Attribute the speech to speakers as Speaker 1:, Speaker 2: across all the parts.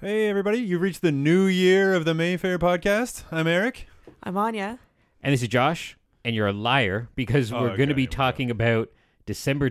Speaker 1: Hey, everybody. You've reached the new year of the Mayfair podcast. I'm Eric.
Speaker 2: I'm Anya.
Speaker 3: And this is Josh, and you're a liar because
Speaker 1: Oh,
Speaker 3: we're going
Speaker 1: okay,
Speaker 3: to be
Speaker 1: here we go.
Speaker 3: talking about December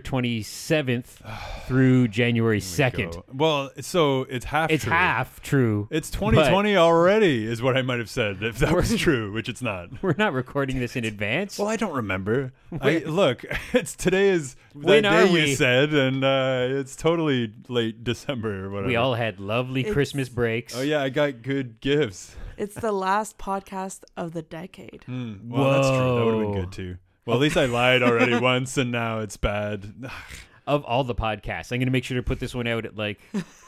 Speaker 3: 27th through January
Speaker 1: Here we
Speaker 3: 2nd.
Speaker 1: go. Well, so it's half
Speaker 3: It's
Speaker 1: true.
Speaker 3: half true.
Speaker 1: It's 2020 already, is what I might have said if that was true, which it's not.
Speaker 3: We're not recording this in advance.
Speaker 1: Well, I don't remember. I, look, it's today is that
Speaker 3: When
Speaker 1: day
Speaker 3: are
Speaker 1: you
Speaker 3: we?
Speaker 1: said, and uh, it's totally late December or whatever.
Speaker 3: we all had lovely
Speaker 2: It's-
Speaker 3: Christmas breaks.
Speaker 1: Oh yeah, I got good gifts.
Speaker 2: It's the last podcast of the decade.
Speaker 1: Hmm, well, that's true. That would have been
Speaker 3: Whoa.
Speaker 1: good too. Well, at least I lied already once, and now it's bad.
Speaker 3: Of all the podcasts, I'm going to make sure to put this one out at like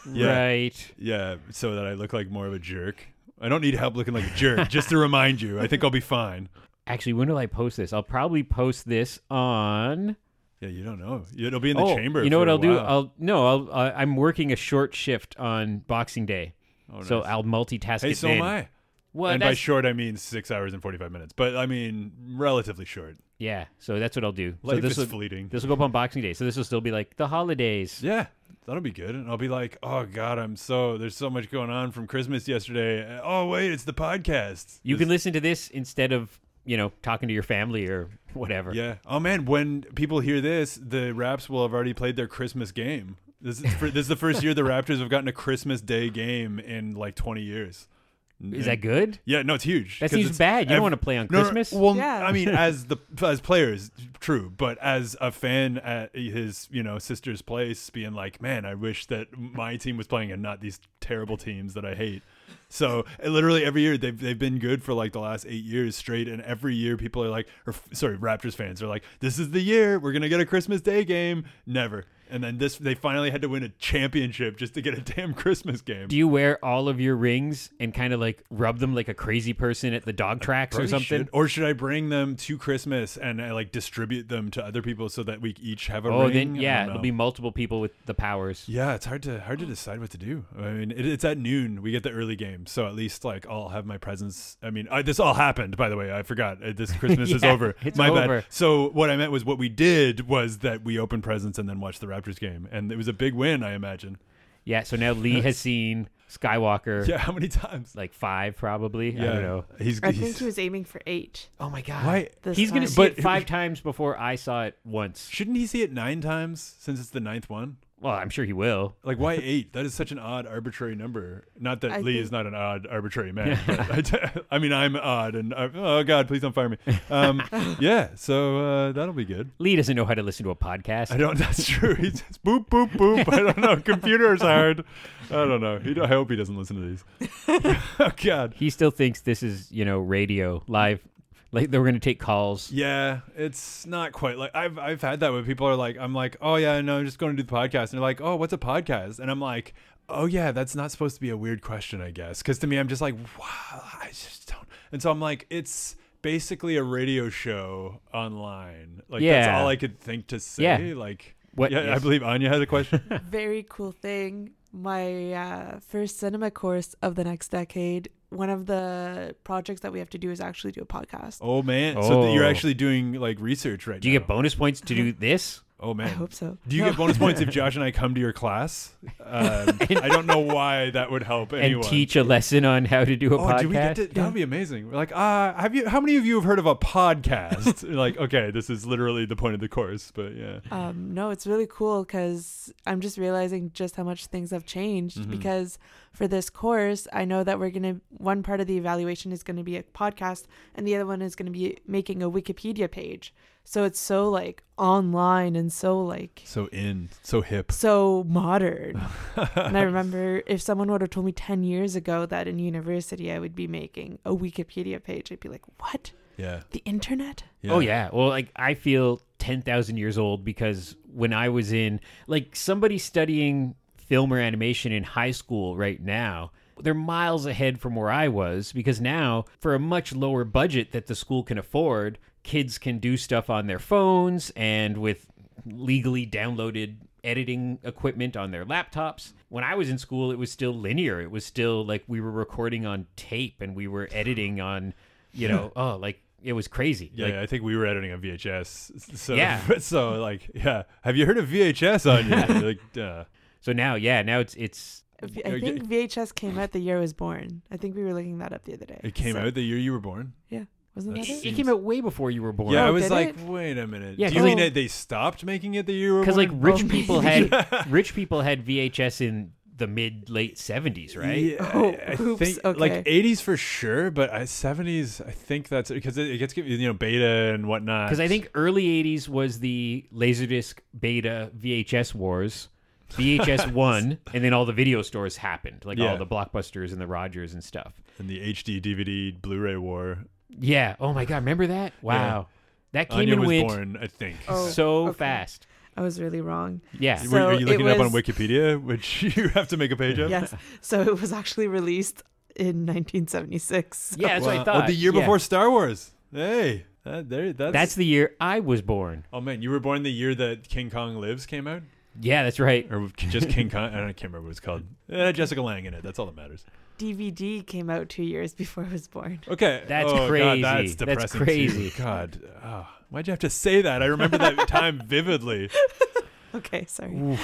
Speaker 1: Yeah.
Speaker 3: right.
Speaker 1: Yeah, so that I look like more of a jerk. I don't need help looking like a jerk. just to remind you, I think I'll be fine.
Speaker 3: Actually, when will I post this? I'll probably post this on
Speaker 1: Yeah, you don't know. It'll be in the
Speaker 3: oh,
Speaker 1: chamber.
Speaker 3: You know
Speaker 1: for
Speaker 3: what
Speaker 1: a
Speaker 3: I'll do?
Speaker 1: while.
Speaker 3: I'll no, I'll uh, I'm working a short shift on Boxing Day.
Speaker 1: Oh,
Speaker 3: So
Speaker 1: nice.
Speaker 3: I'll multitask
Speaker 1: hey,
Speaker 3: it
Speaker 1: so
Speaker 3: then.
Speaker 1: am I.
Speaker 3: Well,
Speaker 1: and by
Speaker 3: that's-
Speaker 1: short, I mean six hours and forty-five minutes, but I mean relatively short.
Speaker 3: yeah, so that's what I'll do.
Speaker 1: Life
Speaker 3: so this
Speaker 1: is
Speaker 3: will,
Speaker 1: fleeting.
Speaker 3: This will go up on Boxing Day, so this will still be like the holidays.
Speaker 1: Yeah, that'll be good. And I'll be like, oh god, I'm so there's so much going on from Christmas yesterday. Oh wait, it's the podcast.
Speaker 3: You
Speaker 1: This-
Speaker 3: can listen to this instead of you know talking to your family or whatever.
Speaker 1: Yeah. Oh man, when people hear this, the Raps will have already played their Christmas game. This is, for, this is the first year the Raptors have gotten a Christmas Day game in like 20 years.
Speaker 3: Is that good?
Speaker 1: Yeah, no, it's huge.
Speaker 3: That
Speaker 1: 'cause
Speaker 3: seems
Speaker 1: it's
Speaker 3: bad. You
Speaker 1: ev-
Speaker 3: don't want to play on
Speaker 1: No, no, no,
Speaker 3: Christmas.
Speaker 1: well,
Speaker 2: Yeah.
Speaker 1: I mean, as the as players, true, but as a fan at his you know sister's place, being like, man, I wish that my team was playing and not these terrible teams that I hate. So uh, literally every year they've they've been good for like the last eight years straight, and every year people are like, or f- sorry, Raptors fans are like, this is the year we're gonna get a Christmas Day game. Never. And then this, they finally had to win a championship just to get a damn Christmas game.
Speaker 3: Do you wear all of your rings and kind of like rub them like a crazy person at the dog tracks or
Speaker 1: Probably
Speaker 3: something?
Speaker 1: should. Or should I bring them to Christmas and I, like distribute them to other people so that we each have a
Speaker 3: Oh,
Speaker 1: ring?
Speaker 3: then
Speaker 1: I
Speaker 3: yeah,
Speaker 1: don't
Speaker 3: it'll
Speaker 1: know.
Speaker 3: be multiple people with the powers.
Speaker 1: Yeah, it's hard to hard to decide what to do. I mean, it, it's at noon. We get the early game, so at least like I'll have my presents. I mean, I, this all happened by the way. I forgot uh, this Christmas is
Speaker 3: Yeah,
Speaker 1: over.
Speaker 3: it's
Speaker 1: my bad.
Speaker 3: over.
Speaker 1: So what I meant was what we did was that we opened presents and then watched the Raptors game, and it was a big win. I imagine.
Speaker 3: Yeah. So now Lee has seen Skywalker
Speaker 1: Yeah, how many times?
Speaker 3: like five probably. I
Speaker 1: yeah,
Speaker 3: don't know.
Speaker 1: He's.
Speaker 2: I
Speaker 1: he's
Speaker 2: think he was aiming for eight.
Speaker 3: Oh my god.
Speaker 1: why
Speaker 2: This
Speaker 3: He's gonna
Speaker 2: time.
Speaker 3: see
Speaker 1: But-
Speaker 3: it five times before I saw it once.
Speaker 1: shouldn't he see it nine times since it's the ninth one?
Speaker 3: Well, I'm sure he will.
Speaker 1: Like why eight? That is such an odd arbitrary number. Not that
Speaker 2: I
Speaker 1: Lee
Speaker 2: think-
Speaker 1: is not an odd arbitrary man. but I t- I mean, I'm odd, and I, oh god, please don't fire me. Um, yeah, so uh, that'll be good.
Speaker 3: Lee doesn't know how to listen to a podcast.
Speaker 1: I don't. That's true. He just boop boop boop. I don't know. Computer's hard. I don't know. He, I hope he doesn't listen to these. oh god.
Speaker 3: he still thinks this is you know radio live like they were gonna take calls
Speaker 1: Yeah, it's not quite like I've I've had that where people are like, I'm like, oh yeah, no, I'm just going to do the podcast, and they're like, oh, what's a podcast? And I'm like, oh yeah, that's not supposed to be a weird question, I guess, because to me, I'm just like, wow, I just don't, and so I'm like, it's basically a radio show online. Like that's
Speaker 3: Yeah.
Speaker 1: all I could think to say.
Speaker 3: Yeah.
Speaker 1: Like.
Speaker 3: What-
Speaker 1: yeah, I
Speaker 3: yes.
Speaker 1: believe Anya had a question.
Speaker 2: Very cool thing. My uh, first cinema course of the next decade, one of the projects that we have to do is actually do a podcast.
Speaker 1: oh man, so th- you're
Speaker 3: Oh.
Speaker 1: actually doing like research right
Speaker 3: do you
Speaker 1: now.
Speaker 3: get bonus points to do this
Speaker 1: oh man,
Speaker 2: I hope so.
Speaker 1: Do you
Speaker 2: No.
Speaker 1: get bonus points if Josh and I come to your class? Um, I don't know why that would help anyone.
Speaker 3: and teach a lesson on how to do a
Speaker 1: Oh,
Speaker 3: podcast
Speaker 1: do we get to? That
Speaker 2: Yeah.
Speaker 1: would be amazing. We're like, uh, have you? How many of you have heard of a podcast? You're like, okay, this is literally the point of the course, but yeah,
Speaker 2: Um, no, it's really cool because I'm just realizing just how much things have changed. Because for this course, I know that we're gonna one part of the evaluation is gonna be a podcast, and the other one is gonna be making a Wikipedia page. So it's so like online and so like
Speaker 1: so in, so hip.
Speaker 2: so modern. and I remember if someone would have told me ten years ago that in university I would be making a Wikipedia page, I'd be like, "What?
Speaker 1: Yeah.
Speaker 2: The internet?"
Speaker 3: oh yeah well like i feel 10000 years old because when i was in like somebody studying film or animation in high school right now they're miles ahead from where i was because now for a much lower budget that the school can afford kids can do stuff on their phones and with legally downloaded editing equipment on their laptops. When I was in school, it was still linear. It was still like we were recording on tape and we were editing on, you know, oh, like it was crazy.
Speaker 1: Yeah,
Speaker 3: like,
Speaker 1: I think we were editing on VHS. So,
Speaker 3: Yeah.
Speaker 1: so like, yeah. Have you heard of VHS on you? like, uh,
Speaker 3: So now, yeah, now it's it's
Speaker 2: If-
Speaker 1: Yeah,
Speaker 2: I
Speaker 1: yeah.
Speaker 2: think VHS came out the year I was born. I think we were looking that up the other day.
Speaker 1: It came
Speaker 2: So-
Speaker 1: out the year you were born.
Speaker 2: Wasn't that
Speaker 1: That's-
Speaker 2: it?
Speaker 3: It came out way before you were born.
Speaker 1: yeah, I
Speaker 2: Oh,
Speaker 1: was
Speaker 2: did
Speaker 1: like,
Speaker 2: it?
Speaker 1: wait a minute.
Speaker 3: Yeah,
Speaker 1: Do you
Speaker 2: 'cause-
Speaker 1: mean that they stopped making it the year you were
Speaker 3: because like
Speaker 1: born?
Speaker 3: rich
Speaker 2: Oh,
Speaker 3: people
Speaker 2: maybe.
Speaker 3: had rich people had VHS in the mid late seventies, right?
Speaker 1: Yeah,
Speaker 2: Oh,
Speaker 1: I
Speaker 2: oops,
Speaker 1: think like
Speaker 2: okay.
Speaker 1: 80s for sure, but I, 70s. I think that's because it, it gets you know beta and whatnot.
Speaker 3: Because I think early '80s was the Laserdisc Beta VHS wars. VHS won, and then all the video stores happened, like
Speaker 1: Yeah.
Speaker 3: all the blockbusters and the Rogers and stuff.
Speaker 1: and the HD DVD Blu-ray war.
Speaker 3: Yeah. Oh my God, remember that? Wow, that came
Speaker 1: Anya
Speaker 3: and
Speaker 1: was
Speaker 3: went
Speaker 1: born, I think.
Speaker 2: Oh,
Speaker 3: so
Speaker 2: okay.
Speaker 3: fast.
Speaker 2: I was really wrong.
Speaker 3: Yeah.
Speaker 1: Were- are
Speaker 2: So
Speaker 1: you looking
Speaker 2: it
Speaker 1: it up on
Speaker 2: was-
Speaker 1: Wikipedia, which you have to make a page of?
Speaker 2: Yes. So it was actually released in 1976.
Speaker 3: yeah, that's what I
Speaker 1: Wow.
Speaker 3: thought.
Speaker 1: Oh, the year
Speaker 3: Yeah.
Speaker 1: before Star Wars. Hey, that, there, that's,
Speaker 3: That's the year I was born.
Speaker 1: Oh man, you were born the year that King Kong Lives came out,
Speaker 3: Yeah, that's right.
Speaker 1: or just King Kong? I, don't, I can't remember what it's called. It had Jessica Lang in it. That's all that matters.
Speaker 2: DVD came out two years before I was born.
Speaker 1: Okay,
Speaker 3: That's
Speaker 1: oh, God,
Speaker 3: crazy.
Speaker 1: that's
Speaker 3: That's
Speaker 1: depressing. too.
Speaker 3: crazy.
Speaker 1: God, oh, why'd you have to say that? I remember that time vividly.
Speaker 2: Okay, sorry.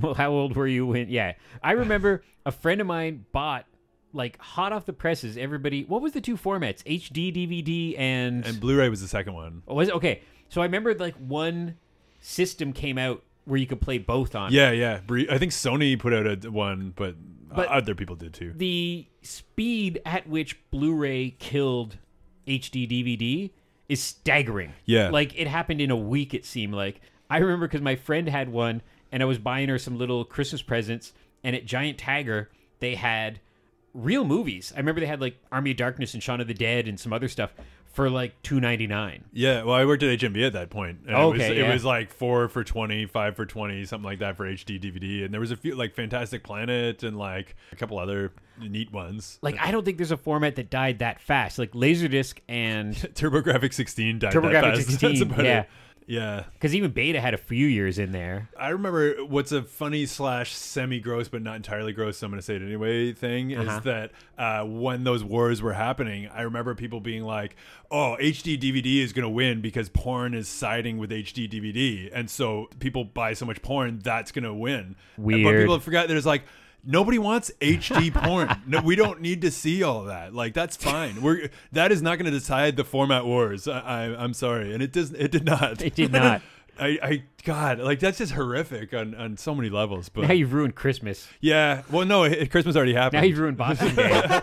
Speaker 3: Well, how old were you when? Yeah, I remember a friend of mine bought like hot off the presses. Everybody, what was the two formats? HD DVD and,
Speaker 1: And Blu-ray was the second one.
Speaker 3: oh, was it? okay. So I remember like one system came out where you could play both on.
Speaker 1: Yeah, yeah. Bre- I think Sony put out a one, but, uh,
Speaker 3: But-
Speaker 1: other people did too.
Speaker 3: The speed at which Blu-ray killed HD DVD is staggering.
Speaker 1: Yeah.
Speaker 3: like it happened in a week. It seemed like I remember because my friend had one, and I was buying her some little Christmas presents, and at Giant Tiger they had real movies. I remember they had like Army of Darkness and Shaun of the Dead and some other stuff for like two ninety nine.
Speaker 1: Yeah, well, I worked at HMV at that point. And it was,
Speaker 3: Okay,
Speaker 1: it
Speaker 3: yeah.
Speaker 1: was like four for 20, five for 20, something like that for HD DVD. And there was a few, like Fantastic Planet and like a couple other neat ones.
Speaker 3: Like I don't think there's a format that died that fast. Like Laserdisc and
Speaker 1: TurboGrafx 16 died that fast.
Speaker 3: TurboGrafx-16,
Speaker 1: That's about
Speaker 3: yeah.
Speaker 1: it. Yeah.
Speaker 3: because even Beta had a few years in there.
Speaker 1: I remember what's a funny slash semi gross but not entirely gross. So I'm going to say it anyway. Thing
Speaker 3: Uh-huh.
Speaker 1: is that uh, when those wars were happening, I remember people being like, "Oh, HD DVD is going to win because porn is siding with HD DVD, and so people buy so much porn that's going to win." But
Speaker 3: Weird.
Speaker 1: people forgot there's like. Nobody wants HD porn. No, we don't need to see all that. Like that's fine. We're that is not going to decide the format wars. I, I, I'm sorry, and it does. It did not.
Speaker 3: It did not.
Speaker 1: I, I God, like that's just horrific on, on so many levels. But
Speaker 3: Now you've ruined Christmas.
Speaker 1: yeah, well, no, it, Christmas already
Speaker 3: Now
Speaker 1: happened.
Speaker 3: you've ruined Boxing Day.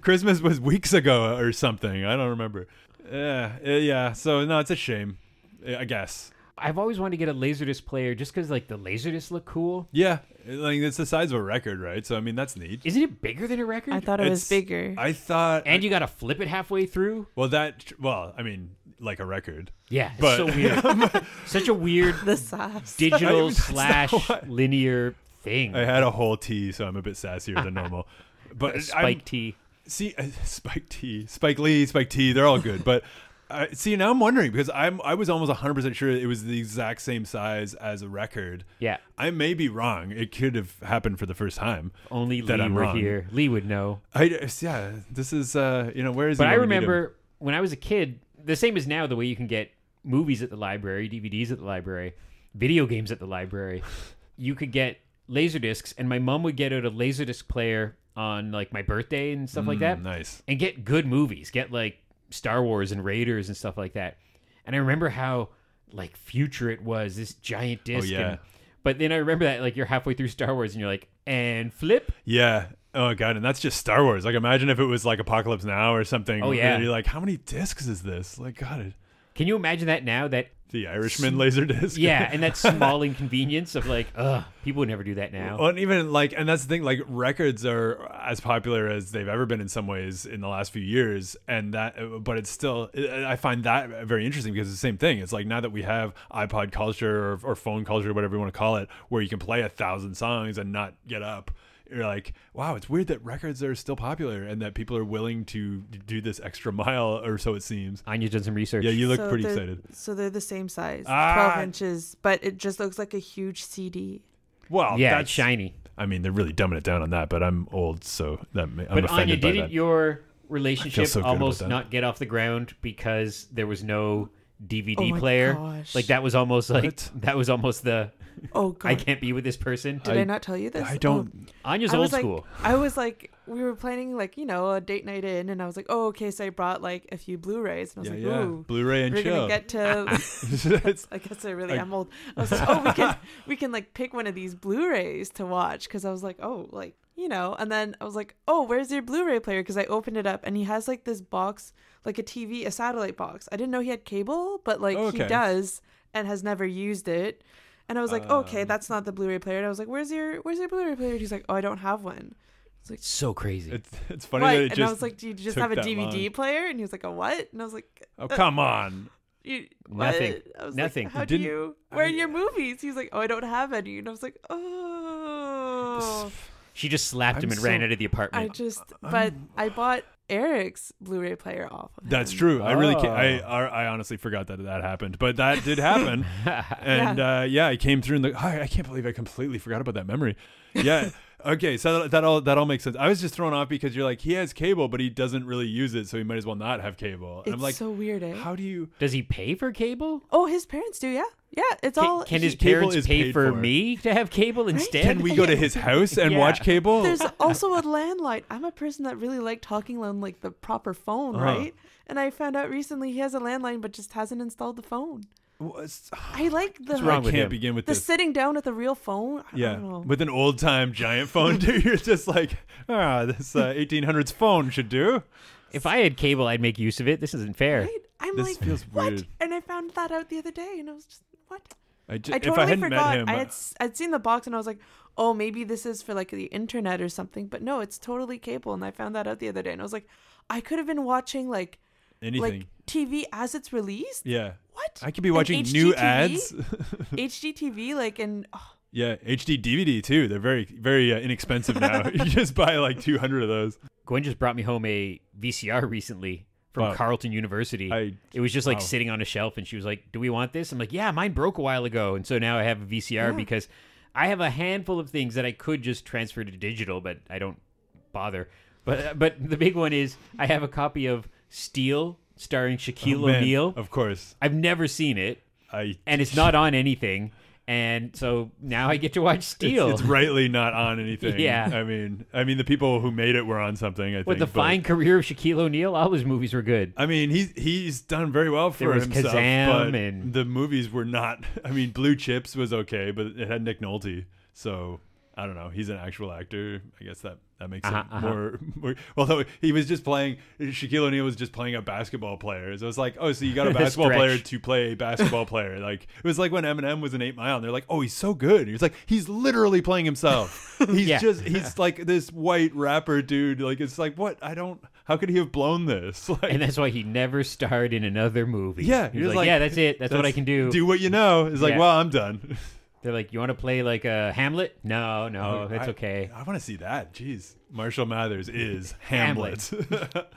Speaker 1: Christmas was weeks ago or something. I don't remember. Yeah, eh, yeah. So no, it's a shame. eh, I guess.
Speaker 3: I've always wanted to get a Laserdisc player just because like the Laserdisc look cool.
Speaker 1: Yeah, like it's the size of a record, right? So I mean, that's neat.
Speaker 3: Isn't it bigger than a record?
Speaker 2: I thought it was
Speaker 1: It's-
Speaker 2: bigger.
Speaker 1: I thought.
Speaker 3: and you got to flip it halfway through.
Speaker 1: well, that. Well, I mean, like a record.
Speaker 3: Yeah, it's
Speaker 1: But-
Speaker 3: so weird. Such a weird
Speaker 2: the size.
Speaker 3: digital
Speaker 1: That's not
Speaker 3: slash
Speaker 1: why-
Speaker 3: linear thing.
Speaker 1: I had a whole tea, so I'm a bit sassier than normal. But
Speaker 3: Spike
Speaker 1: I'm-
Speaker 3: T.
Speaker 1: See, uh, Spike T, Spike Lee, Spike T, they're all good. But uh, see, now I'm wondering because I'm I was almost 100 percent sure it was the exact same size as a record.
Speaker 3: Yeah.
Speaker 1: I may be wrong. It could have happened for the first time.
Speaker 3: Only
Speaker 1: that
Speaker 3: Lee
Speaker 1: I'm
Speaker 3: were
Speaker 1: wrong.
Speaker 3: here. Lee would know.
Speaker 1: I it's- yeah, this is uh you know where is
Speaker 3: But
Speaker 1: he
Speaker 3: I
Speaker 1: when we need him?
Speaker 3: remember when I was a kid, the same as now, the way you can get movies at the library, DVDs at the library, video games at the library, you could get laser discs, and my mom would get out a laser disc player on like my birthday and stuff like that.
Speaker 1: Mm, nice.
Speaker 3: and get good movies. Get like Star Wars and Raiders and stuff like that. And I remember how like future it was, this giant disc.
Speaker 1: Oh, yeah.
Speaker 3: and- but then I remember that like you're halfway through Star Wars and you're like, and flip.
Speaker 1: Yeah. Oh god, and that's just Star Wars. Like imagine if it was like Apocalypse Now or something.
Speaker 3: Oh, yeah.
Speaker 1: And You're like, how many discs is this? Like God, it-
Speaker 3: Can you imagine that now? That
Speaker 1: the Irishman laser disc.
Speaker 3: yeah, and that small inconvenience of like, ugh, people would never do that now.
Speaker 1: Well, and even like, and that's the thing. Like, records are as popular as they've ever been in some ways in the last few years, and that. But it's still, I find that very interesting because it's the same thing. It's like now that we have iPod culture or, or phone culture, whatever you want to call it, where you can play a thousand songs and not get up. You're like, wow, it's weird that records are still popular and that people are willing to do this extra mile, or so it seems.
Speaker 3: Anya's done some research.
Speaker 1: Yeah, you look
Speaker 2: So
Speaker 1: pretty
Speaker 2: they're-
Speaker 1: excited.
Speaker 2: So they're the same size,
Speaker 1: Ah.
Speaker 2: 12 inches, but it just looks like a huge CD.
Speaker 1: Well,
Speaker 3: yeah,
Speaker 1: that's
Speaker 3: it's shiny.
Speaker 1: I mean, they're really dumbing it down on that, but I'm old, so that may, I'm
Speaker 3: But Anya,
Speaker 1: offended by
Speaker 3: didn't
Speaker 1: that.
Speaker 3: your relationship
Speaker 1: so good about
Speaker 3: almost
Speaker 1: that.
Speaker 3: not get off the ground because there was no DVD
Speaker 2: Oh my
Speaker 3: player?
Speaker 2: gosh.
Speaker 3: Like that was almost like
Speaker 1: What?
Speaker 3: that was almost the
Speaker 2: Oh god.
Speaker 3: I can't be with this person.
Speaker 2: Did I, not tell you this?
Speaker 1: I
Speaker 2: Oh.
Speaker 1: don't.
Speaker 3: Anya's
Speaker 2: I
Speaker 3: old
Speaker 2: was like,
Speaker 3: school.
Speaker 2: I was like, we were planning like you know a date night in, and I was like, oh okay, so I brought like a few Blu-rays, and I
Speaker 1: yeah,
Speaker 2: was
Speaker 1: yeah.
Speaker 2: like, ooh,
Speaker 1: Blu-ray and
Speaker 2: we're
Speaker 1: show.
Speaker 2: gonna get to.
Speaker 1: It's-
Speaker 2: I guess I really
Speaker 1: I-
Speaker 2: am old. I was like, oh, we can we can like pick one of these Blu-rays to watch because I was like, oh, like you know. And then I was like, oh, where's your Blu-ray player? Because I opened it up and he has like this box, like a TV, a satellite box. I didn't know he had cable, but like he
Speaker 1: Okay.
Speaker 2: does and has never used it. And I was like, okay,
Speaker 1: Um.
Speaker 2: that's not the Blu-ray player. And I was like, where's your where's your Blu-ray player? And he's like, oh, I don't have one.
Speaker 3: So crazy.
Speaker 1: it's, it's funny
Speaker 2: Right.
Speaker 1: that it
Speaker 2: and I
Speaker 1: just.
Speaker 2: was like, do you just
Speaker 1: took
Speaker 2: have a
Speaker 1: that
Speaker 2: DVD
Speaker 1: long.
Speaker 2: player? And he was like, a what? And I was like,
Speaker 1: oh come on!
Speaker 2: you,
Speaker 3: Nothing.
Speaker 2: what? I was
Speaker 3: Nothing.
Speaker 2: Like, How do
Speaker 1: Didn't-
Speaker 2: you? Where are
Speaker 1: I- uh,
Speaker 2: your movies? He's like, oh, I don't have any, and I was like, oh,
Speaker 3: she just slapped him
Speaker 1: I'm
Speaker 3: and ran
Speaker 1: so-
Speaker 3: out of
Speaker 2: I
Speaker 3: the apartment.
Speaker 2: just.
Speaker 1: Uh,
Speaker 2: But I bought Eric's Blu-ray player off. Of
Speaker 1: That's
Speaker 2: him.
Speaker 1: true. I really, can't, I,
Speaker 3: Oh.
Speaker 1: I I honestly forgot that that happened, but that did happen, and yeah. Uh, yeah, it came through. And the I, I can't believe I completely forgot about that memory. Yeah. okay, so that, that all that all makes sense. I was just thrown off because you're like he has cable, but he doesn't really use it, so he might as well not have cable. And
Speaker 2: It's
Speaker 1: I'm like,
Speaker 2: so weird. Eh?
Speaker 1: how do you?
Speaker 3: Does he pay for cable?
Speaker 2: oh, his parents do. Yeah, yeah. It's all.
Speaker 3: Can, can his
Speaker 1: cable
Speaker 3: parents
Speaker 1: is
Speaker 3: pay
Speaker 1: paid
Speaker 3: for,
Speaker 1: for.
Speaker 3: me to have cable instead?
Speaker 1: Can we go to his house and
Speaker 3: Yeah.
Speaker 1: watch cable?
Speaker 2: There's also a landline. I'm a person that really liked talking on like the proper phone,
Speaker 1: Uh-huh.
Speaker 2: right? And I found out recently he has a landline, but just hasn't installed the phone.
Speaker 1: What's-
Speaker 2: I like the
Speaker 3: What's wrong
Speaker 1: I
Speaker 3: with
Speaker 1: can't
Speaker 3: him?
Speaker 1: begin with
Speaker 2: the
Speaker 1: this.
Speaker 2: sitting down with a real phone. I
Speaker 1: Yeah,
Speaker 2: don't know.
Speaker 1: with an old time giant phone, dude, you're just like, ah, this uh, 1800s phone should do.
Speaker 3: If I had cable, I'd make use of it. This isn't fair.
Speaker 2: Right? I'm
Speaker 1: This
Speaker 2: like,
Speaker 1: feels
Speaker 2: what?
Speaker 1: weird.
Speaker 2: And I found that out the other day, and I was just, what?
Speaker 1: I ju-
Speaker 2: I
Speaker 1: if I
Speaker 2: totally
Speaker 1: hadn't
Speaker 2: forgot.
Speaker 1: met him, uh
Speaker 2: I had s- I'd seen the box, and I was like, oh, maybe this is for like the internet or something. But no, it's totally cable, and I found that out the other day, and I was like, I could have been watching like
Speaker 1: anything.
Speaker 2: like TV as it's released.
Speaker 1: yeah.
Speaker 2: What?
Speaker 1: I could be
Speaker 2: An
Speaker 1: watching new
Speaker 2: HGTV?
Speaker 1: ads.
Speaker 2: HGTV, like, and oh,
Speaker 1: yeah, HD DVD too. They're very, very uh, inexpensive now. you just buy like 200 of those.
Speaker 3: Gwen just brought me home a VCR recently from
Speaker 1: Wow.
Speaker 3: Carleton University.
Speaker 1: I-
Speaker 3: it was just like
Speaker 1: wow.
Speaker 3: sitting on a shelf, and she was like, "Do we want this?" I'm like, "Yeah, mine broke a while ago, and so now I have a VCR because I have a handful of things that I could just transfer to digital, but I don't bother. But uh, but the big one is I have a copy of Steel starring Shaquille
Speaker 1: Oh, man.
Speaker 3: O'Neal.
Speaker 1: Of course.
Speaker 3: I've never seen it,
Speaker 1: I.
Speaker 3: and it's not on anything, and so now I get to watch
Speaker 1: It's,
Speaker 3: Steel.
Speaker 1: it's rightly not on anything.
Speaker 3: Yeah.
Speaker 1: I mean, I mean, the people who made it were on something. I think.
Speaker 3: With the
Speaker 1: but-
Speaker 3: fine career of Shaquille O'Neal, all his movies were good.
Speaker 1: I mean, he's he's done very well for
Speaker 3: There was
Speaker 1: himself,
Speaker 3: Kazam
Speaker 1: but
Speaker 3: and-
Speaker 1: the movies were not. I mean, Blue Chips was okay, but it had Nick Nolte, so I don't know. He's an actual actor. I guess that that makes
Speaker 3: Uh-huh,
Speaker 1: it
Speaker 3: uh-huh.
Speaker 1: more, more. Although he was just playing, Shaquille O'Neal was just playing a basketball player. So it's like, oh, so you got a basketball
Speaker 3: Stretch.
Speaker 1: player to play a basketball player. Like it was like when Eminem was in Eight Mile, and they're like, oh, he's so good. And he's like, he's literally playing himself. He's
Speaker 3: Yeah.
Speaker 1: just he's like this white rapper dude. Like it's like what I don't. How could he have blown this? Like,
Speaker 3: and that's why he never starred in another movie.
Speaker 1: Yeah,
Speaker 3: he
Speaker 1: you're
Speaker 3: was like,
Speaker 1: like,
Speaker 3: yeah, that's it. That's, what I can do.
Speaker 1: Do what you know. It's like,
Speaker 3: Yeah.
Speaker 1: well, I'm done.
Speaker 3: They're like, you want to play like a Hamlet? No, no, that's
Speaker 1: I-
Speaker 3: Oh, okay.
Speaker 1: I want to see that. Jeez. Marshall Mathers is
Speaker 3: Hamlet.
Speaker 1: Hamlet.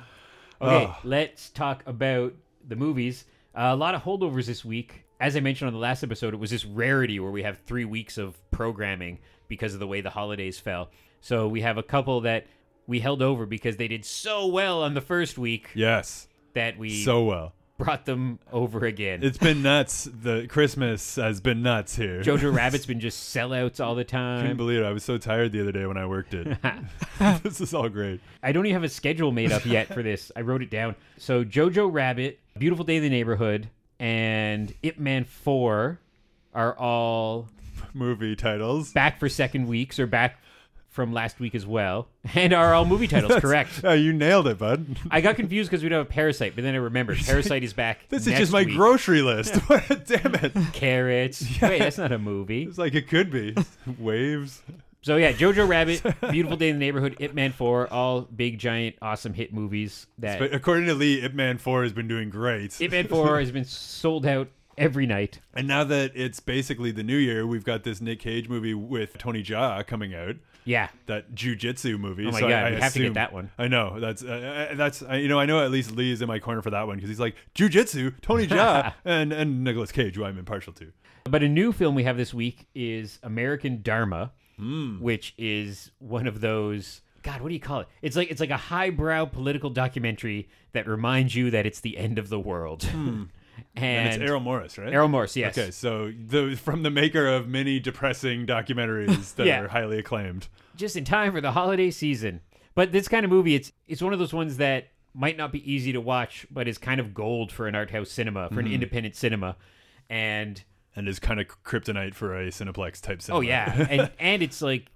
Speaker 3: Okay,
Speaker 1: Oh.
Speaker 3: let's talk about the movies. Uh, a lot of holdovers this week. As I mentioned on the last episode, it was this rarity where we have three weeks of programming because of the way the holidays fell. So we have a couple that we held over because they did so well on the first week
Speaker 1: yes.
Speaker 3: that we
Speaker 1: So well.
Speaker 3: brought them over again.
Speaker 1: It's been nuts. The Christmas has been nuts here.
Speaker 3: Jojo Rabbit's been just sellouts all the
Speaker 1: I couldn't
Speaker 3: time.
Speaker 1: believe it. I was so tired the other day when I worked it. this is all great.
Speaker 3: I don't even have a schedule made up yet for this. I wrote it down. So Jojo Rabbit, Beautiful Day in the Neighborhood, and Ip Man 4 are all
Speaker 1: Movie titles.
Speaker 3: back for second weeks or back from last week as well. And are all movie titles, correct.
Speaker 1: Oh, you nailed it, bud.
Speaker 3: I got confused because we don't have Parasite, but then I remembered Parasite is back.
Speaker 1: This is
Speaker 3: next
Speaker 1: just my
Speaker 3: week.
Speaker 1: grocery list. Damn it.
Speaker 3: Carrots. Wait, that's not a movie.
Speaker 1: It's like it could be. Waves.
Speaker 3: So yeah, Jojo Rabbit, Beautiful Day in the Neighborhood, Ip Man 4, all big, giant, awesome hit movies that
Speaker 1: But according to Lee, Ip Man 4 has been doing great.
Speaker 3: Ip Man 4 has been sold out every night.
Speaker 1: And now that it's basically the new year, we've got this Nick Cage movie with Tony Jaa coming out,
Speaker 3: Yeah.
Speaker 1: that jujitsu movie.
Speaker 3: Oh my
Speaker 1: So
Speaker 3: God,
Speaker 1: I, I
Speaker 3: we have to get
Speaker 1: assume-
Speaker 3: that one.
Speaker 1: I know that's uh, uh, that's I, you know I know at least Lee is in my corner for that one because he's like jujitsu, Tony Jaa, and and Nicolas Cage, who I'm impartial to.
Speaker 3: But a new film we have this week is American Dharma,
Speaker 1: Hmm.
Speaker 3: which is one of those. God, what do you call it? It's like it's like a highbrow political documentary that reminds you that it's the end of the world.
Speaker 1: Hmm. and it's
Speaker 3: and
Speaker 1: Errol Morris, right?
Speaker 3: Errol Morse. Yes.
Speaker 1: Okay, so the from the maker of many depressing documentaries that
Speaker 3: Yeah.
Speaker 1: are highly acclaimed.
Speaker 3: just in time for the holiday season. But this kind of movie, it's it's one of those ones that might not be easy to watch, but is kind of gold for an art house cinema, for
Speaker 1: Hmm.
Speaker 3: an independent cinema. And
Speaker 1: and is kind of kryptonite for a Cineplex type cinema.
Speaker 3: oh yeah, and and it's like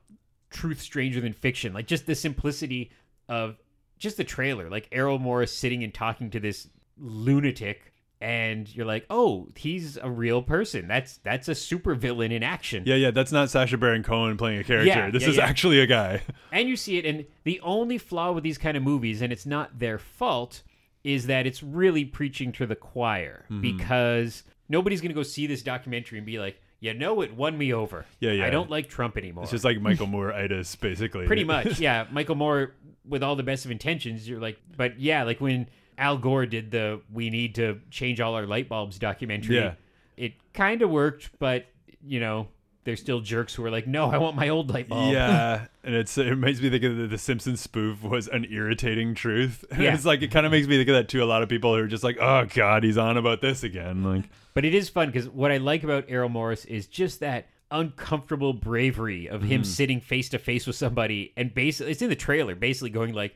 Speaker 3: truth stranger than fiction. Like just the simplicity of just the trailer, like Errol Morris sitting and talking to this lunatic. And you're like, oh, he's a real person. That's that's a supervillain in action.
Speaker 1: yeah, yeah. That's not Sasha Baron Cohen playing a character.
Speaker 3: Yeah,
Speaker 1: this
Speaker 3: yeah,
Speaker 1: is
Speaker 3: yeah.
Speaker 1: actually a guy.
Speaker 3: and you see it and the only flaw with these kind of movies and it's not their fault is that it's really preaching to the choir
Speaker 1: Mm-hmm.
Speaker 3: because nobody's going to go see this documentary and be like you know it won me over
Speaker 1: Yeah, yeah.
Speaker 3: i don't like trump anymore
Speaker 1: It's just like Michael Moore itis, basically.
Speaker 3: pretty much yeah michael moore with all the best of intentions you're like but yeah like when al gore did the we need to change all our light bulbs documentary
Speaker 1: Yeah.
Speaker 3: it kind of worked but you know there's still jerks who are like no i want my old light bulb
Speaker 1: Yeah, and it's it makes me think of the, the Simpsons spoof was an irritating truth. And
Speaker 3: Yeah.
Speaker 1: it's like it kind of makes me think of that too. A lot of people who are just like, "Oh God, he's on about this again." Like,
Speaker 3: But it is fun because what I like about Errol Morris is just that uncomfortable bravery of
Speaker 1: Mm.
Speaker 3: him sitting face to face with somebody and basically it's in the trailer basically going like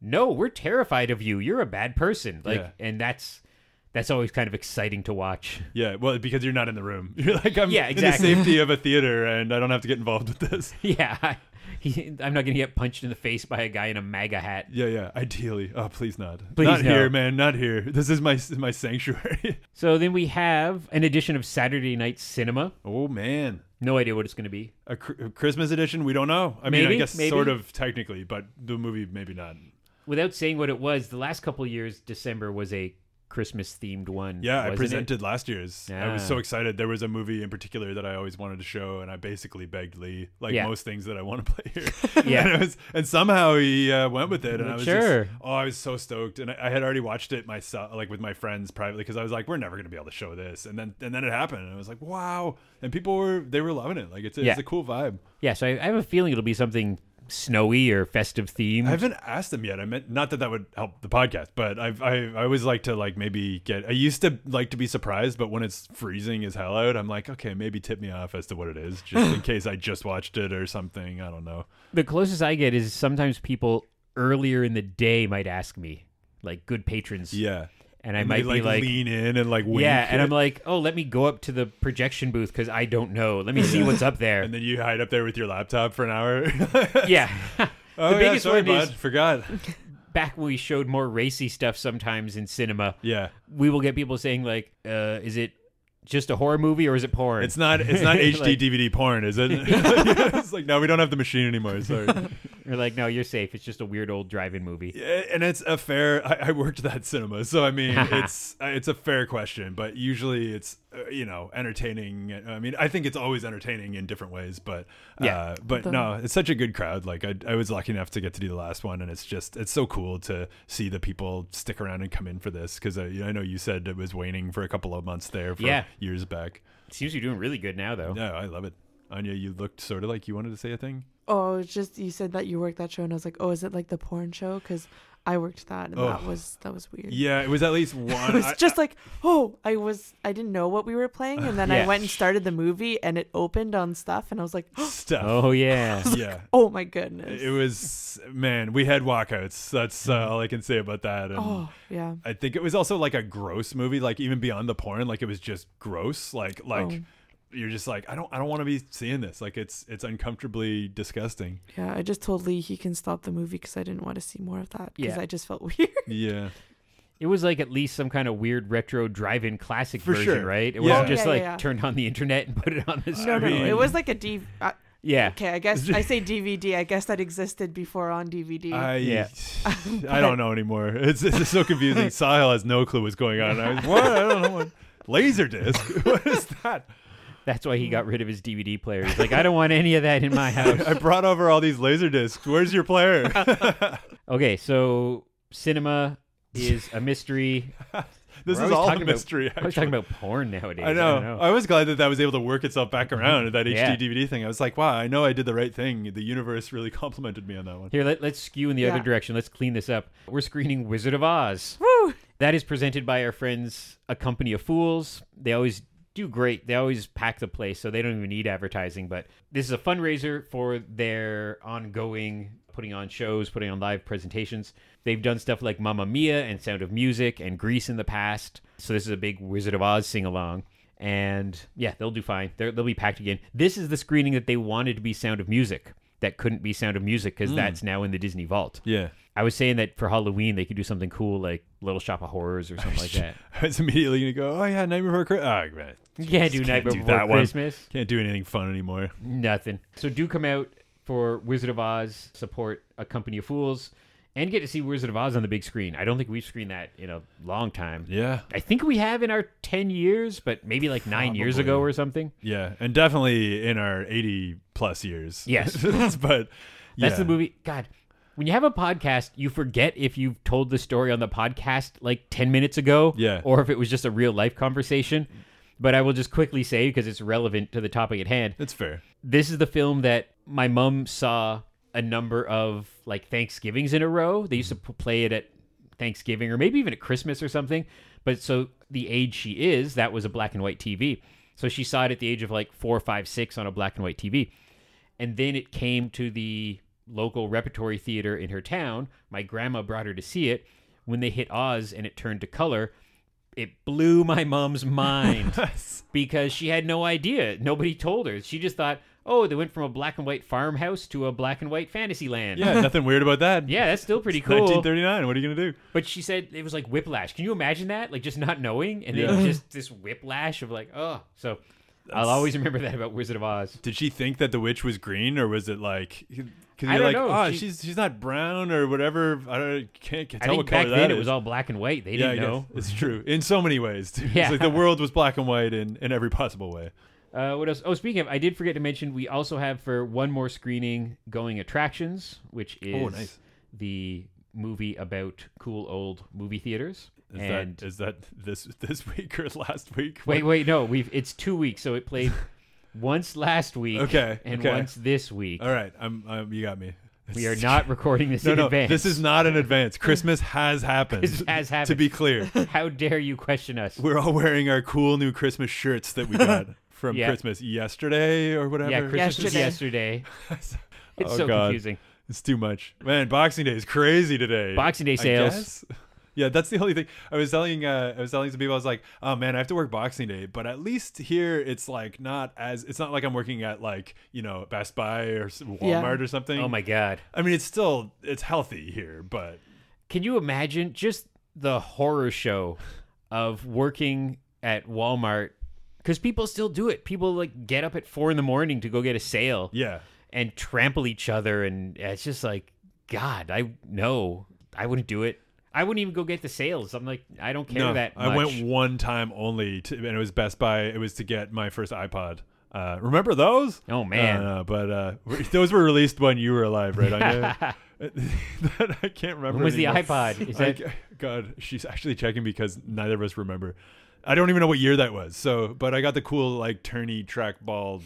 Speaker 3: no we're terrified of you you're a bad person like
Speaker 1: Yeah.
Speaker 3: and that's that's always kind of exciting to watch
Speaker 1: yeah, well, because you're not in the room. You're like, I'm
Speaker 3: Yeah,
Speaker 1: in
Speaker 3: exactly.
Speaker 1: the safety of a theater, and I don't have to get involved with this.
Speaker 3: yeah I, he, i'm not gonna get punched in the face by a guy in a maga hat
Speaker 1: Yeah, yeah. Ideally, oh please not,
Speaker 3: Please,
Speaker 1: not
Speaker 3: no.
Speaker 1: here, man, not here. This is my my sanctuary.
Speaker 3: so then we have an edition of saturday night cinema
Speaker 1: oh man.
Speaker 3: no idea what it's gonna be
Speaker 1: a, cr- a Christmas edition. We don't know. I mean, I
Speaker 3: Maybe,
Speaker 1: guess
Speaker 3: maybe.
Speaker 1: sort of technically, but the movie maybe not.
Speaker 3: without saying what it was the last couple years december was a christmas themed one
Speaker 1: Yeah, I
Speaker 3: wasn't it?
Speaker 1: presented last year's. I was
Speaker 3: Yeah.
Speaker 1: so excited. There was a movie in particular that I always wanted to show, and I basically begged Lee, like
Speaker 3: Yeah.
Speaker 1: most things that I want to play here.
Speaker 3: Yeah.
Speaker 1: and, I was, and somehow he uh, went with it, and I was just-
Speaker 3: Sure.
Speaker 1: oh, I was so stoked, and I, I had already watched it myself, like with my friends privately, because I was like, we're never gonna be able to show this, and then and then it happened, and I was like, wow, and people were they were loving it. Like it's a,
Speaker 3: Yeah.
Speaker 1: it's a cool vibe.
Speaker 3: Yeah, so I, I have a feeling it'll be something snowy or festive themed.
Speaker 1: I haven't asked them yet. I meant not that that would help the podcast, but I've I, I always like to like maybe get. I used to like to be surprised, but when it's freezing as hell out, I'm like, okay, maybe tip me off as to what it is, just in case I just watched it or something. I don't know.
Speaker 3: the closest I get is sometimes people earlier in the day might ask me, like good patrons,
Speaker 1: Yeah,
Speaker 3: and I
Speaker 1: And
Speaker 3: might
Speaker 1: they, like,
Speaker 3: be like,
Speaker 1: lean in and like wink.
Speaker 3: yeah, and I'm like, oh, let me go up to the projection booth because I don't know. Let me see what's up there.
Speaker 1: and then you hide up there with your laptop for an hour.
Speaker 3: yeah,
Speaker 1: oh,
Speaker 3: the
Speaker 1: yeah,
Speaker 3: biggest
Speaker 1: sorry,
Speaker 3: one
Speaker 1: bud.
Speaker 3: is
Speaker 1: forgot.
Speaker 3: back when we showed more racy stuff sometimes in cinema.
Speaker 1: Yeah,
Speaker 3: We will get people saying like, uh, is it just a horror movie or is it porn?
Speaker 1: it's not it's not HD
Speaker 3: Like-
Speaker 1: DVD porn, is it? it's like no, we don't have the machine anymore. Sorry.
Speaker 3: You're like, no, you're safe. It's just a weird old drive-in movie.
Speaker 1: Yeah, Eh, and it's a fair. I, I worked that cinema, so I mean, it's uh, it's a fair question, but usually it's uh, you know entertaining. I mean, I think it's always entertaining in different ways, but uh,
Speaker 3: Yeah.
Speaker 1: but
Speaker 2: The-
Speaker 1: no, it's such a good crowd. Like I, I was lucky enough to get to do the last one, and it's just it's so cool to see the people stick around and come in for this because I, I know you said it was waning for a couple of months there, for
Speaker 3: Yeah.
Speaker 1: years back.
Speaker 3: Seems you're doing really good now though.
Speaker 1: No, I love it. Anya, you looked sort of like you wanted to say a thing.
Speaker 2: Oh, it's just you said that you worked that show, and I was like, oh, is it like the porn show? Because I worked that, and that
Speaker 1: Oh.
Speaker 2: was that was weird.
Speaker 1: Yeah, it was at least
Speaker 2: It
Speaker 1: one.
Speaker 2: was
Speaker 1: I-
Speaker 2: just like, oh, I was, I didn't know what we were playing, and then
Speaker 3: Yeah.
Speaker 2: I went and started the movie, and it opened on stuff, and I was like,
Speaker 1: stuff.
Speaker 3: Oh yeah.
Speaker 1: Yeah.
Speaker 2: oh my goodness,
Speaker 1: It was man, we had walkouts. That's uh,
Speaker 3: Mm-hmm.
Speaker 1: all I can say about that. And
Speaker 2: oh yeah,
Speaker 1: I think it was also like a gross movie, like even beyond the porn, like it was just gross. Like like
Speaker 2: Oh.
Speaker 1: you're just like I don't I don't want to be seeing this. Like it's it's uncomfortably disgusting.
Speaker 2: yeah. I just told Lee he can stop the movie because I didn't want to see more of that because
Speaker 3: Yeah.
Speaker 2: I just felt weird.
Speaker 1: Yeah.
Speaker 3: It was like at least some kind of weird retro drive-in classic
Speaker 1: For
Speaker 3: version,
Speaker 1: sure.
Speaker 3: right? It
Speaker 1: Yeah.
Speaker 3: wasn't
Speaker 1: Oh,
Speaker 3: just
Speaker 2: yeah,
Speaker 3: like
Speaker 2: yeah, yeah.
Speaker 3: turned on the internet and put it on the
Speaker 2: No, no,
Speaker 3: screen.
Speaker 1: mean-
Speaker 2: it was like a D. I-
Speaker 3: Yeah.
Speaker 2: Okay, I guess I say DVD. I guess that existed before on DVD.
Speaker 1: I
Speaker 3: Yeah.
Speaker 1: I don't know anymore. It's it's so confusing. Sahil has no clue what's going on. I was what I don't know. What, laser disc? What is that?
Speaker 3: That's why he got rid of his DVD player. He's like, I don't want any of that in my house.
Speaker 1: I brought over all these laser discs. Where's your player?
Speaker 3: Okay, so cinema is a mystery.
Speaker 1: this
Speaker 3: We're
Speaker 1: is
Speaker 3: always
Speaker 1: all a
Speaker 3: talking about-
Speaker 1: mystery.
Speaker 3: I was
Speaker 1: actually.
Speaker 3: talking about porn nowadays.
Speaker 1: I know. I,
Speaker 3: don't know. Mm-hmm.
Speaker 1: was glad that that was able to work itself back around that HD
Speaker 3: Yeah.
Speaker 1: DVD thing. I was like, wow, I know I did the right thing. The universe really complimented me on that one.
Speaker 3: Here, let, let's skew in the
Speaker 2: Yeah.
Speaker 3: other direction. Let's clean this up. We're screening Wizard of Oz.
Speaker 2: Woo!
Speaker 3: That is presented by our friends, A Company of Fools. They always do great. They always pack the place, so they don't even need advertising. But this is a fundraiser for their ongoing putting on shows, putting on live presentations. They've done stuff like Mamma Mia and Sound of Music and Grease in the past. So this is a big Wizard of Oz sing along. And yeah, they'll do fine. They're, they'll be packed again. This is the screening that they wanted to be Sound of Music. That couldn't be Sound of Music because that's now in the Disney Vault.
Speaker 1: Yeah.
Speaker 3: I was saying that for Halloween they could do something cool like Little Shop of Horrors or something like that.
Speaker 1: I was immediately gonna go. Oh yeah, Nightmare Before Christmas. Oh, right.
Speaker 3: You can't do Night
Speaker 1: do
Speaker 3: Before
Speaker 1: that one.
Speaker 3: Christmas.
Speaker 1: Can't do anything fun anymore.
Speaker 3: Nothing. So do come out for Wizard of Oz, support a company of fools, and get to see Wizard of Oz on the big screen. I don't think we've screened that in a long time.
Speaker 1: Yeah.
Speaker 3: I think we have in our 10 years, but maybe like nine years
Speaker 1: Probably.
Speaker 3: ago or something.
Speaker 1: Yeah, and definitely in our eighty plus years.
Speaker 3: Yes.
Speaker 1: but yeah.
Speaker 3: That's the movie. God, when you have a podcast, you forget if you've told the story on the podcast like 10 minutes ago
Speaker 1: Yeah.
Speaker 3: or if it was just a real life conversation. But I will just quickly say, because it's relevant to the topic at hand,
Speaker 1: That's fair.
Speaker 3: this is the film that my mom saw a number of like Thanksgivings in a row. They used to p- play it at Thanksgiving or maybe even at Christmas or something. But so the age she is, that was a black and white TV. So she saw it at the age of like four, five, six on a black and white TV. And then it came to the local repertory theater in her town. My grandma brought her to see it. When they hit Oz and it turned to color, it blew my mom's mind because she had no idea. Nobody told her. She just thought, oh, they went from a black and white farmhouse to a black and white fantasy land.
Speaker 1: Yeah, nothing weird about that.
Speaker 3: Yeah, that's still pretty cool.
Speaker 1: 1939. What are you gonna do?
Speaker 3: But she said it was like whiplash. Can you imagine that? Like just not knowing and then
Speaker 1: Yeah.
Speaker 3: just this whiplash of like, oh. So I'll always remember that about Wizard of Oz.
Speaker 1: Did she think that the witch was green, or was it like? Because
Speaker 3: I
Speaker 1: you're like,
Speaker 3: don't know.
Speaker 1: oh,
Speaker 3: She-
Speaker 1: she's she's not brown or whatever. I don't can't,
Speaker 3: I
Speaker 1: tell
Speaker 3: think
Speaker 1: what
Speaker 3: back
Speaker 1: color
Speaker 3: then
Speaker 1: that
Speaker 3: it was
Speaker 1: is.
Speaker 3: all black and white. They
Speaker 1: yeah, I
Speaker 3: didn't know.
Speaker 1: guess. it's true in so many ways. Too.
Speaker 3: Yeah.
Speaker 1: It's like the world was black and white in, in every possible way.
Speaker 3: Uh, what else? Oh, speaking of, I did forget to mention we also have for one more screening going attractions, which is
Speaker 1: Oh, nice.
Speaker 3: the movie about cool old movie theaters.
Speaker 1: Is
Speaker 3: and
Speaker 1: that is that this this week or last week?
Speaker 3: wait, wait, no, we've it's two weeks, so it played once last week,
Speaker 1: Okay,
Speaker 3: and
Speaker 1: okay.
Speaker 3: once this week.
Speaker 1: All right, I'm, i you got me.
Speaker 3: We are not recording this
Speaker 1: No,
Speaker 3: in
Speaker 1: no,
Speaker 3: advance.
Speaker 1: this is not an advance. Christmas has happened.
Speaker 3: This has
Speaker 1: To
Speaker 3: happened.
Speaker 1: be clear,
Speaker 3: How dare you question us?
Speaker 1: we're all wearing our cool new Christmas shirts that we got from
Speaker 3: Yeah.
Speaker 1: Christmas yesterday or whatever.
Speaker 3: yeah, Christmas was
Speaker 2: Yesterday.
Speaker 3: yesterday. It's
Speaker 1: Oh,
Speaker 3: so
Speaker 1: God.
Speaker 3: confusing.
Speaker 1: It's too much. Man, Boxing Day is crazy today.
Speaker 3: Boxing Day
Speaker 1: I
Speaker 3: sales.
Speaker 1: guess. Yeah, that's the only thing. I was telling uh, I was telling some people I was like, "Oh man, I have to work Boxing Day, but at least here it's like not as it's not like I'm working at like, you know, Best Buy or s- Walmart or something."
Speaker 3: Oh my god.
Speaker 1: I mean, it's still it's healthy here, but
Speaker 3: Can you imagine just the horror show of working at Walmart? Because people still do it. People like get up at four in the morning to go get a sale
Speaker 1: yeah.
Speaker 3: and trample each other, and it's just like, God, I no, I wouldn't do it. I wouldn't even go get the sales. I'm like, I don't care that much.
Speaker 1: I went one time only, to, and it was Best Buy. It was to get my first iPod. Uh, remember those?
Speaker 3: Oh, man.
Speaker 1: Uh, no, but uh, we- those were released when you were alive, right? I, I can't remember.
Speaker 3: When was the
Speaker 1: anymore.
Speaker 3: iPod? Is
Speaker 1: I
Speaker 3: that-
Speaker 1: ca- God, she's actually checking because neither of us remember. I don't even know what year that was. So, but I got the cool like turny trackball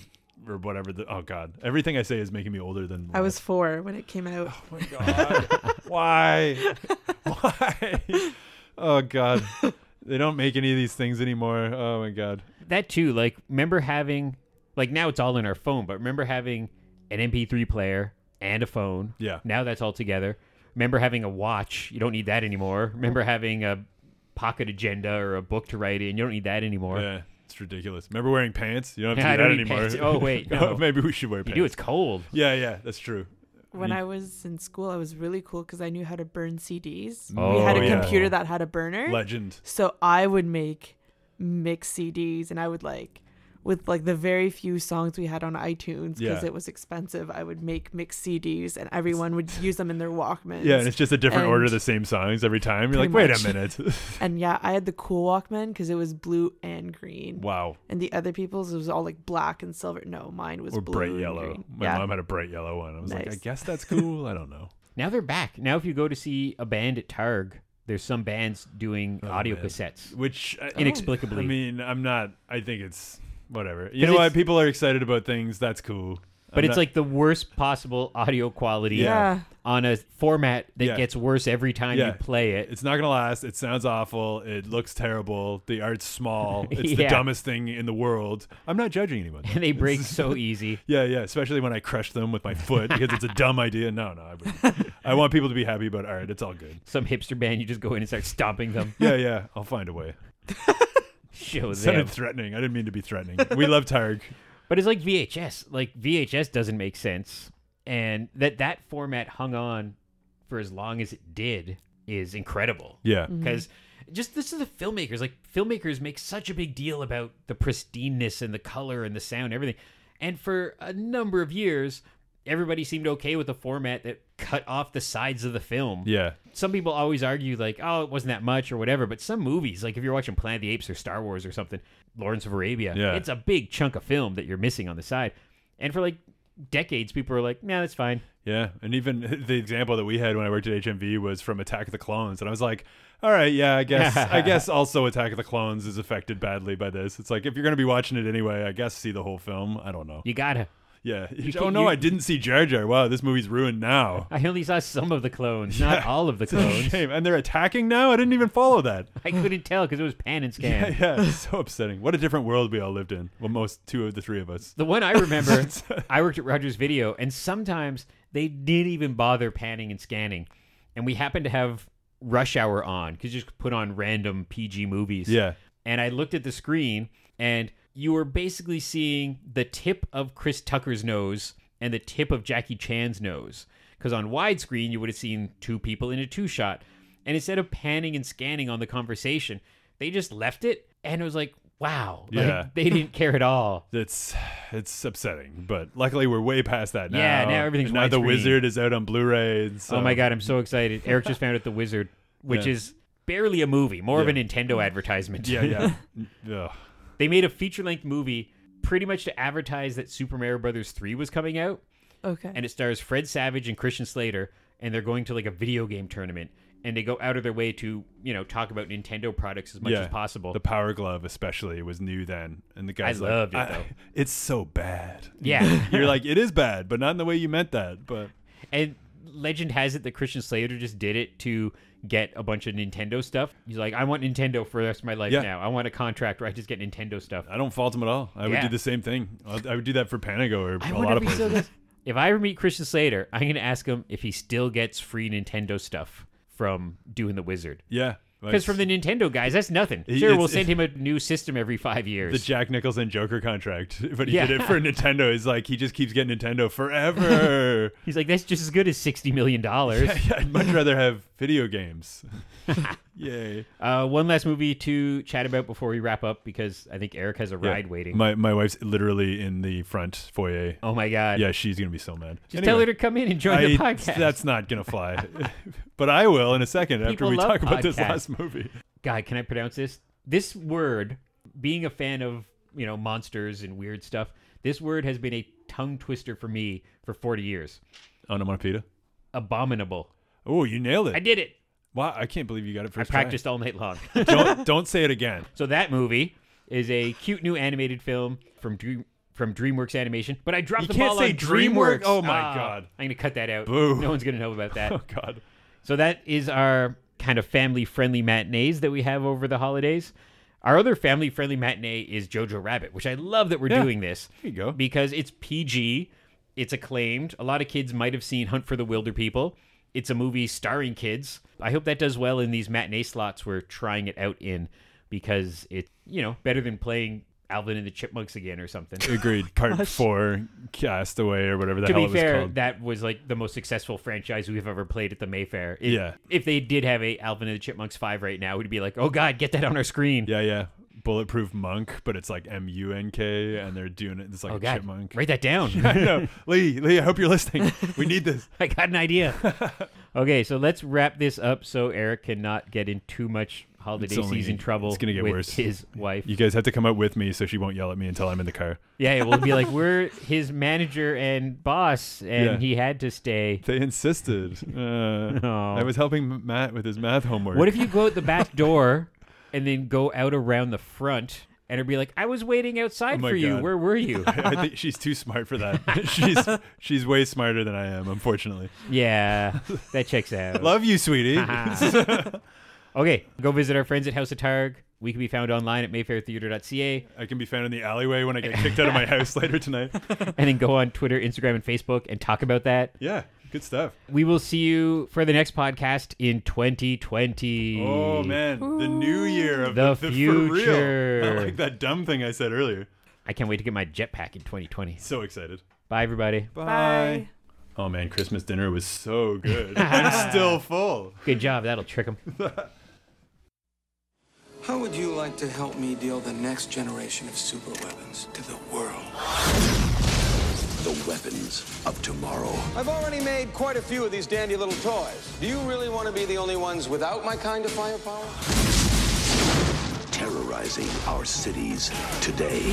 Speaker 1: or whatever. The, oh God, everything I say is making me older than
Speaker 2: I was four when it came out.
Speaker 1: Oh my god. Why? Why? Oh god. They don't make any of these things anymore. Oh my god.
Speaker 3: that too like remember having like now it's all in our phone but remember having an mp3 player and a phone
Speaker 1: Yeah.
Speaker 3: now that's all together remember having a watch you don't need that anymore remember having a pocket agenda or a book to write in you don't need that anymore
Speaker 1: Yeah, it's ridiculous. Remember wearing pants? You don't have
Speaker 3: Yeah, I
Speaker 1: to do that
Speaker 3: don't need
Speaker 1: anymore.
Speaker 3: pants. Oh, wait,
Speaker 1: Oh,
Speaker 3: no.
Speaker 1: Maybe we should wear
Speaker 3: you
Speaker 1: pants.
Speaker 3: do it's cold
Speaker 1: Yeah, yeah, that's true.
Speaker 2: When
Speaker 1: You-
Speaker 2: I was in school, I was really cool because I knew how to burn CDs.
Speaker 3: Oh,
Speaker 2: we had a
Speaker 1: yeah.
Speaker 2: computer that had a burner.
Speaker 1: Legend.
Speaker 2: So I would make mix CDs and I would like with like the very few songs we had on iTunes because
Speaker 1: Yeah.
Speaker 2: it was expensive, I would make mix CDs and everyone would use them in their Walkmans.
Speaker 1: Yeah, and it's just a different
Speaker 2: And-
Speaker 1: order of the same songs every time. You're like,
Speaker 2: Pretty
Speaker 1: wait
Speaker 2: much.
Speaker 1: a minute.
Speaker 2: And yeah, I had the cool Walkman because it was blue and green.
Speaker 1: wow.
Speaker 2: And the other people's was all like black and silver. No, mine was
Speaker 1: Or
Speaker 2: blue
Speaker 1: bright
Speaker 2: and
Speaker 1: yellow.
Speaker 2: green.
Speaker 1: My
Speaker 2: yeah.
Speaker 1: mom had a bright yellow one. I was like, I
Speaker 2: Nice.
Speaker 1: guess that's cool. I don't know.
Speaker 3: now they're back now if you go to see a band at targ there's some bands doing audio
Speaker 1: Oh, man.
Speaker 3: cassettes
Speaker 1: which uh, I-
Speaker 3: Oh, Inexplicably.
Speaker 1: I mean, I'm not. I think it's whatever. You know
Speaker 3: it's-
Speaker 1: what? People are excited about things. That's cool.
Speaker 3: But
Speaker 1: I'm
Speaker 3: it's
Speaker 1: not-
Speaker 3: like the worst possible audio quality
Speaker 1: Yeah.
Speaker 2: Yeah.
Speaker 3: on a format that
Speaker 1: Yeah.
Speaker 3: gets worse every time
Speaker 1: Yeah.
Speaker 3: you play it.
Speaker 1: It's not gonna last. It sounds awful. It looks terrible. The art's small. It's the
Speaker 3: Yeah.
Speaker 1: dumbest thing in the world. I'm not judging anyone. though.
Speaker 3: And they break
Speaker 1: It's-
Speaker 3: so easy.
Speaker 1: Yeah, yeah. Especially when I crush them with my foot because it's a dumb idea. No, no. I, wouldn't. I want people to be happy about art. It's all good.
Speaker 3: Some hipster band, you just go in and start stomping them.
Speaker 1: Yeah, yeah. I'll find a way.
Speaker 3: Show
Speaker 1: It
Speaker 3: them.
Speaker 1: sounded threatening. I didn't mean to be threatening. We love Targ.
Speaker 3: But it's like VHS. Like VHS doesn't make sense, and that that format hung on for as long as it did is incredible.
Speaker 1: Yeah.
Speaker 3: Because just this is the filmmakers. Like filmmakers make such a big deal about the pristineness and the color and the sound, everything. And for a number of years, everybody seemed okay with the format that cut off the sides of the film
Speaker 1: Yeah.
Speaker 3: some people always argue like, oh, it wasn't that much or whatever. But some movies, like if you're watching Planet of the Apes or Star Wars or something, Lawrence of Arabia,
Speaker 1: Yeah.
Speaker 3: it's a big chunk of film that you're missing on the side. And for like decades, people are like, nah, that's fine.
Speaker 1: Yeah, and even the example that we had when I worked at HMV was from Attack of the Clones, and I was like, "All right, yeah, I guess, I guess also Attack of the Clones is affected badly by this. It's like if you're gonna be watching it anyway, I guess see the whole film. I don't know.
Speaker 3: You gotta.
Speaker 1: Yeah. oh
Speaker 3: can't-
Speaker 1: no,
Speaker 3: you-
Speaker 1: I didn't see Jar Jar. Wow, this movie's ruined now.
Speaker 3: I only saw some of the clones, not
Speaker 1: Yeah.
Speaker 3: all of the
Speaker 1: It's a
Speaker 3: clones.
Speaker 1: shame. And they're attacking now. I didn't even follow that.
Speaker 3: I couldn't tell because it was pan and scan.
Speaker 1: Yeah, yeah, it's so upsetting. What a different world we all lived in. Well, most two of the three of us.
Speaker 3: The one I remember, I worked at Rogers Video, and sometimes they didn't even bother panning and scanning. And we happened to have Rush Hour on because you just put on random PG movies.
Speaker 1: Yeah.
Speaker 3: and I looked at the screen and you were basically seeing the tip of Chris Tucker's nose and the tip of Jackie Chan's nose. Because on widescreen, you would have seen two people in a two shot. And instead of panning and scanning on the conversation, they just left it. And it was like, wow. Like,
Speaker 1: Yeah.
Speaker 3: they didn't care at all.
Speaker 1: It's it's upsetting, but luckily we're way past that now.
Speaker 3: Yeah, now everything's
Speaker 1: now the
Speaker 3: widescreen.
Speaker 1: wizard is out on Blu-ray. and so-
Speaker 3: Oh my God, I'm so excited. Eric just found out The Wizard, which
Speaker 1: Yeah.
Speaker 3: is barely a movie, more of a
Speaker 1: Yeah.
Speaker 3: Nintendo advertisement.
Speaker 1: Yeah, yeah. N- Ugh.
Speaker 3: They made a feature length movie pretty much to advertise that Super Mario Brothers 3 was coming out.
Speaker 2: Okay.
Speaker 3: and it stars Fred Savage and Christian Slater, and they're going to like a video game tournament, and they go out of their way to you know talk about Nintendo products as much
Speaker 1: Yeah.
Speaker 3: as possible.
Speaker 1: The Power Glove especially was new then, and the guys like,
Speaker 3: loved it,
Speaker 1: "I-
Speaker 3: though.
Speaker 1: It's so bad.
Speaker 3: yeah,
Speaker 1: You're like, it is bad, but not in the way you meant that. But
Speaker 3: and legend has it that Christian Slater just did it to get a bunch of Nintendo stuff. He's like, I want Nintendo for the rest of my life
Speaker 1: Yeah.
Speaker 3: now. I want a contract where I just get Nintendo stuff.
Speaker 1: I don't fault him at all. I would
Speaker 3: Yeah.
Speaker 1: do the same thing. I I would do that for Panago or
Speaker 3: I
Speaker 1: a
Speaker 3: wonder
Speaker 1: lot
Speaker 3: if
Speaker 1: of
Speaker 3: he still
Speaker 1: places.
Speaker 3: does. If I ever meet Christian Slater, I'm gonna ask him if he still gets free Nintendo stuff from doing the Wizard.
Speaker 1: Yeah, like,
Speaker 3: Because from the Nintendo guys, that's nothing.
Speaker 1: He-
Speaker 3: Sure,
Speaker 1: it's-
Speaker 3: we'll send him a new system every five years.
Speaker 1: the Jack Nicholson Joker contract, but he
Speaker 3: Yeah.
Speaker 1: did it for Nintendo. Is like he just keeps getting Nintendo forever.
Speaker 3: He's like, that's just as good as sixty million dollars.
Speaker 1: yeah, I'd much rather have video games. Yay.
Speaker 3: Uh, one last movie to chat about before we wrap up because I think Eric has a
Speaker 1: Yeah.
Speaker 3: ride waiting.
Speaker 1: My my wife's literally in the front foyer.
Speaker 3: oh my god!
Speaker 1: Yeah, she's gonna be so mad.
Speaker 3: just tell
Speaker 1: Anyway.
Speaker 3: her to come in and join
Speaker 1: I-
Speaker 3: the podcast.
Speaker 1: That's not gonna fly. but I will in a second after
Speaker 3: People
Speaker 1: we
Speaker 3: love
Speaker 1: talk about this
Speaker 3: podcasts.
Speaker 1: last movie.
Speaker 3: God, can I pronounce this? This word, being a fan of you know monsters and weird stuff, this word has been a tongue twister for me for forty years.
Speaker 1: Onomatopoeia.
Speaker 3: Abominable.
Speaker 1: Oh, you nailed it!
Speaker 3: I did it.
Speaker 1: wow, I can't believe you got it
Speaker 3: I
Speaker 1: first. try.
Speaker 3: practiced all night long.
Speaker 1: don't don't say it again.
Speaker 3: So that movie is a cute new animated film from Dream from DreamWorks Animation. But I dropped
Speaker 1: You
Speaker 3: the
Speaker 1: can't
Speaker 3: ball
Speaker 1: say
Speaker 3: on
Speaker 1: DreamWorks?
Speaker 3: DreamWorks.
Speaker 1: Oh my
Speaker 3: Ah,
Speaker 1: God.
Speaker 3: I'm gonna cut that out.
Speaker 1: Boo.
Speaker 3: No one's gonna know about that.
Speaker 1: Oh God.
Speaker 3: so that is our kind of family friendly matinees that we have over the holidays. Our other family friendly matinee is Jojo Rabbit, which I love that we're
Speaker 1: Yeah.
Speaker 3: doing this
Speaker 1: There you go.
Speaker 3: because it's PG, it's acclaimed. A lot of kids might have seen Hunt for the Wilder People. It's a movie starring kids. I hope that does well in these matinee slots we're trying it out in because it's, you know, better than playing Alvin and the Chipmunks again or something.
Speaker 1: Agreed. Part four, Castaway or whatever the
Speaker 3: to
Speaker 1: hell
Speaker 3: be
Speaker 1: it was
Speaker 3: fair,
Speaker 1: called.
Speaker 3: that was like the most successful franchise we've ever played at the Mayfair. If-
Speaker 1: Yeah.
Speaker 3: If they did have a Alvin and the Chipmunks 5 right now, we'd be like, oh God, get that on our screen.
Speaker 1: yeah, yeah. Bulletproof monk, but it's like M U N K, and they're doing it. It's like
Speaker 3: Oh
Speaker 1: a
Speaker 3: God,
Speaker 1: chipmunk.
Speaker 3: write that down.
Speaker 1: I know. Lee, Lee, I hope you're listening. We need this.
Speaker 3: I got an idea. okay, so let's wrap this up so Eric cannot get in too much holiday
Speaker 1: It's only-
Speaker 3: season trouble
Speaker 1: it's gonna get
Speaker 3: with
Speaker 1: worse.
Speaker 3: his wife.
Speaker 1: You guys have to come up with me so she won't yell at me until I'm in the car.
Speaker 3: Yeah, it will be like we're his manager and boss, and
Speaker 1: Yeah.
Speaker 3: he had to stay.
Speaker 1: They insisted. Uh,
Speaker 3: Oh.
Speaker 1: I was helping Matt with his math homework.
Speaker 3: What if you go out the back door and then go out around the front and it'd be like, "I was waiting outside
Speaker 1: Oh my
Speaker 3: for you.
Speaker 1: God.
Speaker 3: Where were you?"
Speaker 1: I think she's too smart for that. she's she's way smarter than I am, unfortunately.
Speaker 3: yeah, that checks out.
Speaker 1: Love you, sweetie.
Speaker 3: okay, go visit our friends at House of Targ. We can be found online at mayfairtheater.ca.
Speaker 1: I can be found in the alleyway when I get kicked out of my house later tonight.
Speaker 3: and then go on Twitter, Instagram, and Facebook and talk about that.
Speaker 1: Yeah, good stuff.
Speaker 3: We will see you for the next podcast in 2020.
Speaker 1: Oh man, the new year of
Speaker 3: The
Speaker 1: the,
Speaker 3: future.
Speaker 1: For real. I like that dumb thing I said earlier.
Speaker 3: I can't wait to get my jetpack in 2020.
Speaker 1: So excited.
Speaker 3: Bye, everybody.
Speaker 2: Bye.
Speaker 1: Oh man, Christmas dinner was so good. I'm still full.
Speaker 3: Good job. That'll trick them.
Speaker 4: How would you like to help me deal the next generation of superweapons to the world?
Speaker 5: The weapons of tomorrow.
Speaker 4: I've already made quite a few of these dandy little toys. Do you really want to be the only ones without my kind of firepower?
Speaker 5: Terrorizing our cities today.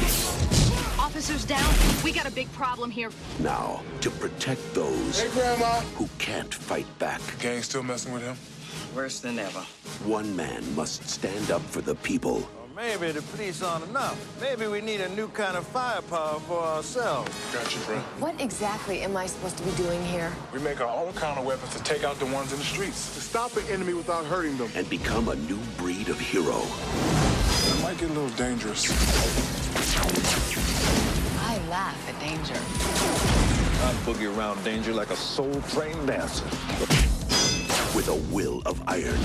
Speaker 6: Officers down. We got a big problem here.
Speaker 5: Now, to protect those
Speaker 7: Hey, Grandma.
Speaker 5: who can't fight back,
Speaker 7: Gang still messing with him?
Speaker 8: Worse than ever.
Speaker 5: one man must stand up for the people
Speaker 9: Maybe the police aren't enough. Maybe we need a new kind of firepower for ourselves.
Speaker 7: Gotcha, bro.
Speaker 10: What exactly am I supposed to be doing here?
Speaker 7: We make our own kind of weapons to take out the ones in the streets. To stop an enemy without hurting them.
Speaker 5: and become a new breed of hero.
Speaker 7: It might get a little dangerous.
Speaker 10: I laugh at danger.
Speaker 9: I boogie around danger like a soul train dancer.
Speaker 5: With a will of iron,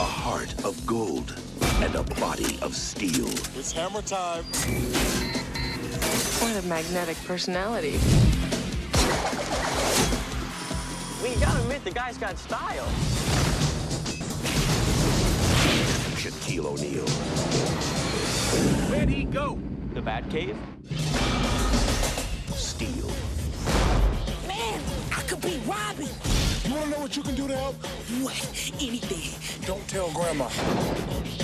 Speaker 5: a heart of gold, and a body of steel.
Speaker 7: It's hammer time.
Speaker 10: What a magnetic personality.
Speaker 8: We gotta admit, the guy's got style.
Speaker 5: Shaquille O'Neal,
Speaker 8: Where'd he go? The Batcave?
Speaker 5: Steel,
Speaker 6: Man, I could be Robbie.
Speaker 7: You wanna know what you can do to help?
Speaker 6: What? Anything.
Speaker 7: Don't tell Grandma.